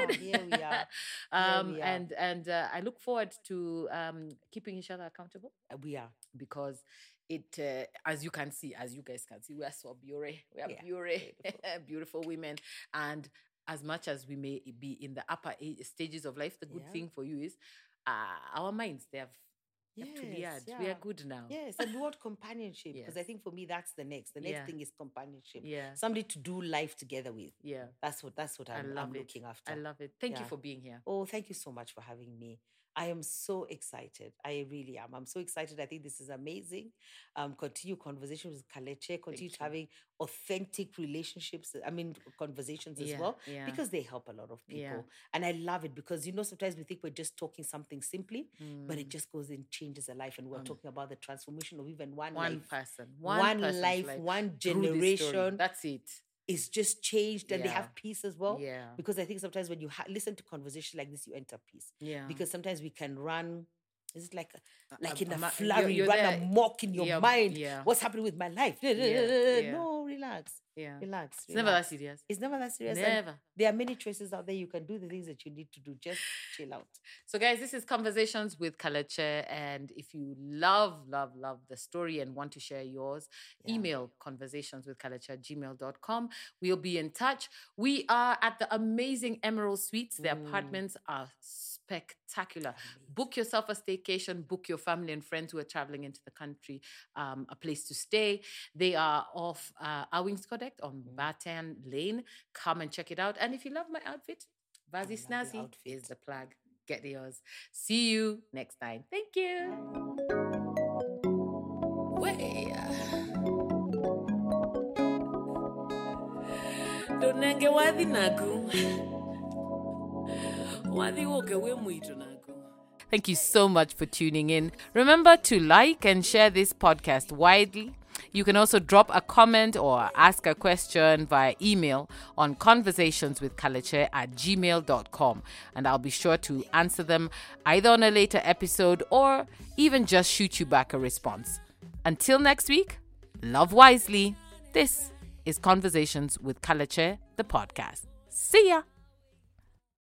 Speaker 2: excited.
Speaker 3: Here
Speaker 2: <laughs>
Speaker 3: we are. Here
Speaker 2: um,
Speaker 3: we are.
Speaker 2: and and uh, I look forward to um, keeping each other accountable
Speaker 3: Uh, we are.
Speaker 2: because it, uh, as you can see, as you guys can see, we are so pure. We are
Speaker 3: We are
Speaker 2: pure, <laughs> beautiful.
Speaker 3: beautiful.
Speaker 2: women. And as much as we may be in the upper age, stages of life, the good
Speaker 3: Yeah.
Speaker 2: thing for you is uh, our minds, they have Up to
Speaker 3: Yes,
Speaker 2: Riyadh. We
Speaker 3: yeah.
Speaker 2: are good now.
Speaker 3: Yes, and the word companionship, because I
Speaker 2: Yes.
Speaker 3: think for me that's the next. The next
Speaker 2: Yeah.
Speaker 3: thing is companionship.
Speaker 2: Yeah.
Speaker 3: Somebody to do life together with.
Speaker 2: Yeah.
Speaker 3: That's what that's what
Speaker 2: I
Speaker 3: I'm,
Speaker 2: love
Speaker 3: I'm
Speaker 2: it.
Speaker 3: looking after.
Speaker 2: I love it. Thank
Speaker 3: Yeah.
Speaker 2: you for being here.
Speaker 3: Oh, thank you so much for having me. I am so excited. I really am. I'm so excited. I think this is amazing. Um, continue conversation with Kaleche, continue to
Speaker 2: you.
Speaker 3: having authentic relationships, I mean conversations as
Speaker 2: Yeah,
Speaker 3: well.
Speaker 2: yeah.
Speaker 3: Because they help a lot of people.
Speaker 2: Yeah.
Speaker 3: And I love it because you know sometimes we think we're just talking something simply, but it
Speaker 2: Mm.
Speaker 3: just goes and changes a life. And we're
Speaker 2: Um,
Speaker 3: talking about the transformation of even one,
Speaker 2: one
Speaker 3: life.
Speaker 2: person,
Speaker 3: One,
Speaker 2: one, person's
Speaker 3: life, one
Speaker 2: through this story.
Speaker 3: generation
Speaker 2: That's it.
Speaker 3: is just changed and they
Speaker 2: Yeah.
Speaker 3: have peace as well.
Speaker 2: yeah.
Speaker 3: Because I think sometimes when you ha- listen to conversation like this, you enter peace
Speaker 2: Yeah.
Speaker 3: because sometimes we can run is it like a-
Speaker 2: a-
Speaker 3: like in
Speaker 2: a
Speaker 3: a
Speaker 2: ma- you're-
Speaker 3: flurry
Speaker 2: Um, you're
Speaker 3: run
Speaker 2: there,
Speaker 3: amok in your
Speaker 2: yeah,
Speaker 3: mind
Speaker 2: yeah.
Speaker 3: what's happening with my life <laughs>
Speaker 2: yeah.
Speaker 3: no relax
Speaker 2: yeah.
Speaker 3: relax
Speaker 2: It's never that
Speaker 3: relax.
Speaker 2: serious.
Speaker 3: it's never that serious and
Speaker 2: Never.
Speaker 3: there are many choices out there you can do the things that you need to do just chill out
Speaker 2: So, guys, this is Conversations with Kaleche. And if you love, love, love the story and want to share yours,
Speaker 3: Yeah.
Speaker 2: email conversations with Kaleche at gmail.com. We'll be in touch. We are at the amazing Emerald Suites. The
Speaker 3: Mm.
Speaker 2: apartments are spectacular. Book yourself a staycation, book your family and friends who are traveling into the country um, a place to stay. They are off uh, Owings Connect on
Speaker 3: Mm.
Speaker 2: Batan Lane. Come and check it out. And if you love my outfit, Vazi
Speaker 3: I love your
Speaker 2: Snazzy
Speaker 3: outfit.
Speaker 2: is the plug. Get yours. See you next time. Thank you.
Speaker 1: Way. ndonange wathi naku wathi woke we mwitu naku
Speaker 2: Thank you so much for tuning in. Remember to like and share this podcast widely. You can also drop a comment or ask a question via email on conversationswithkaleche at gmail.com. And I'll be sure to answer them either on a later episode or even just shoot you back a response. Until next week, love wisely. This is Conversations with Kaleche, the podcast. See ya.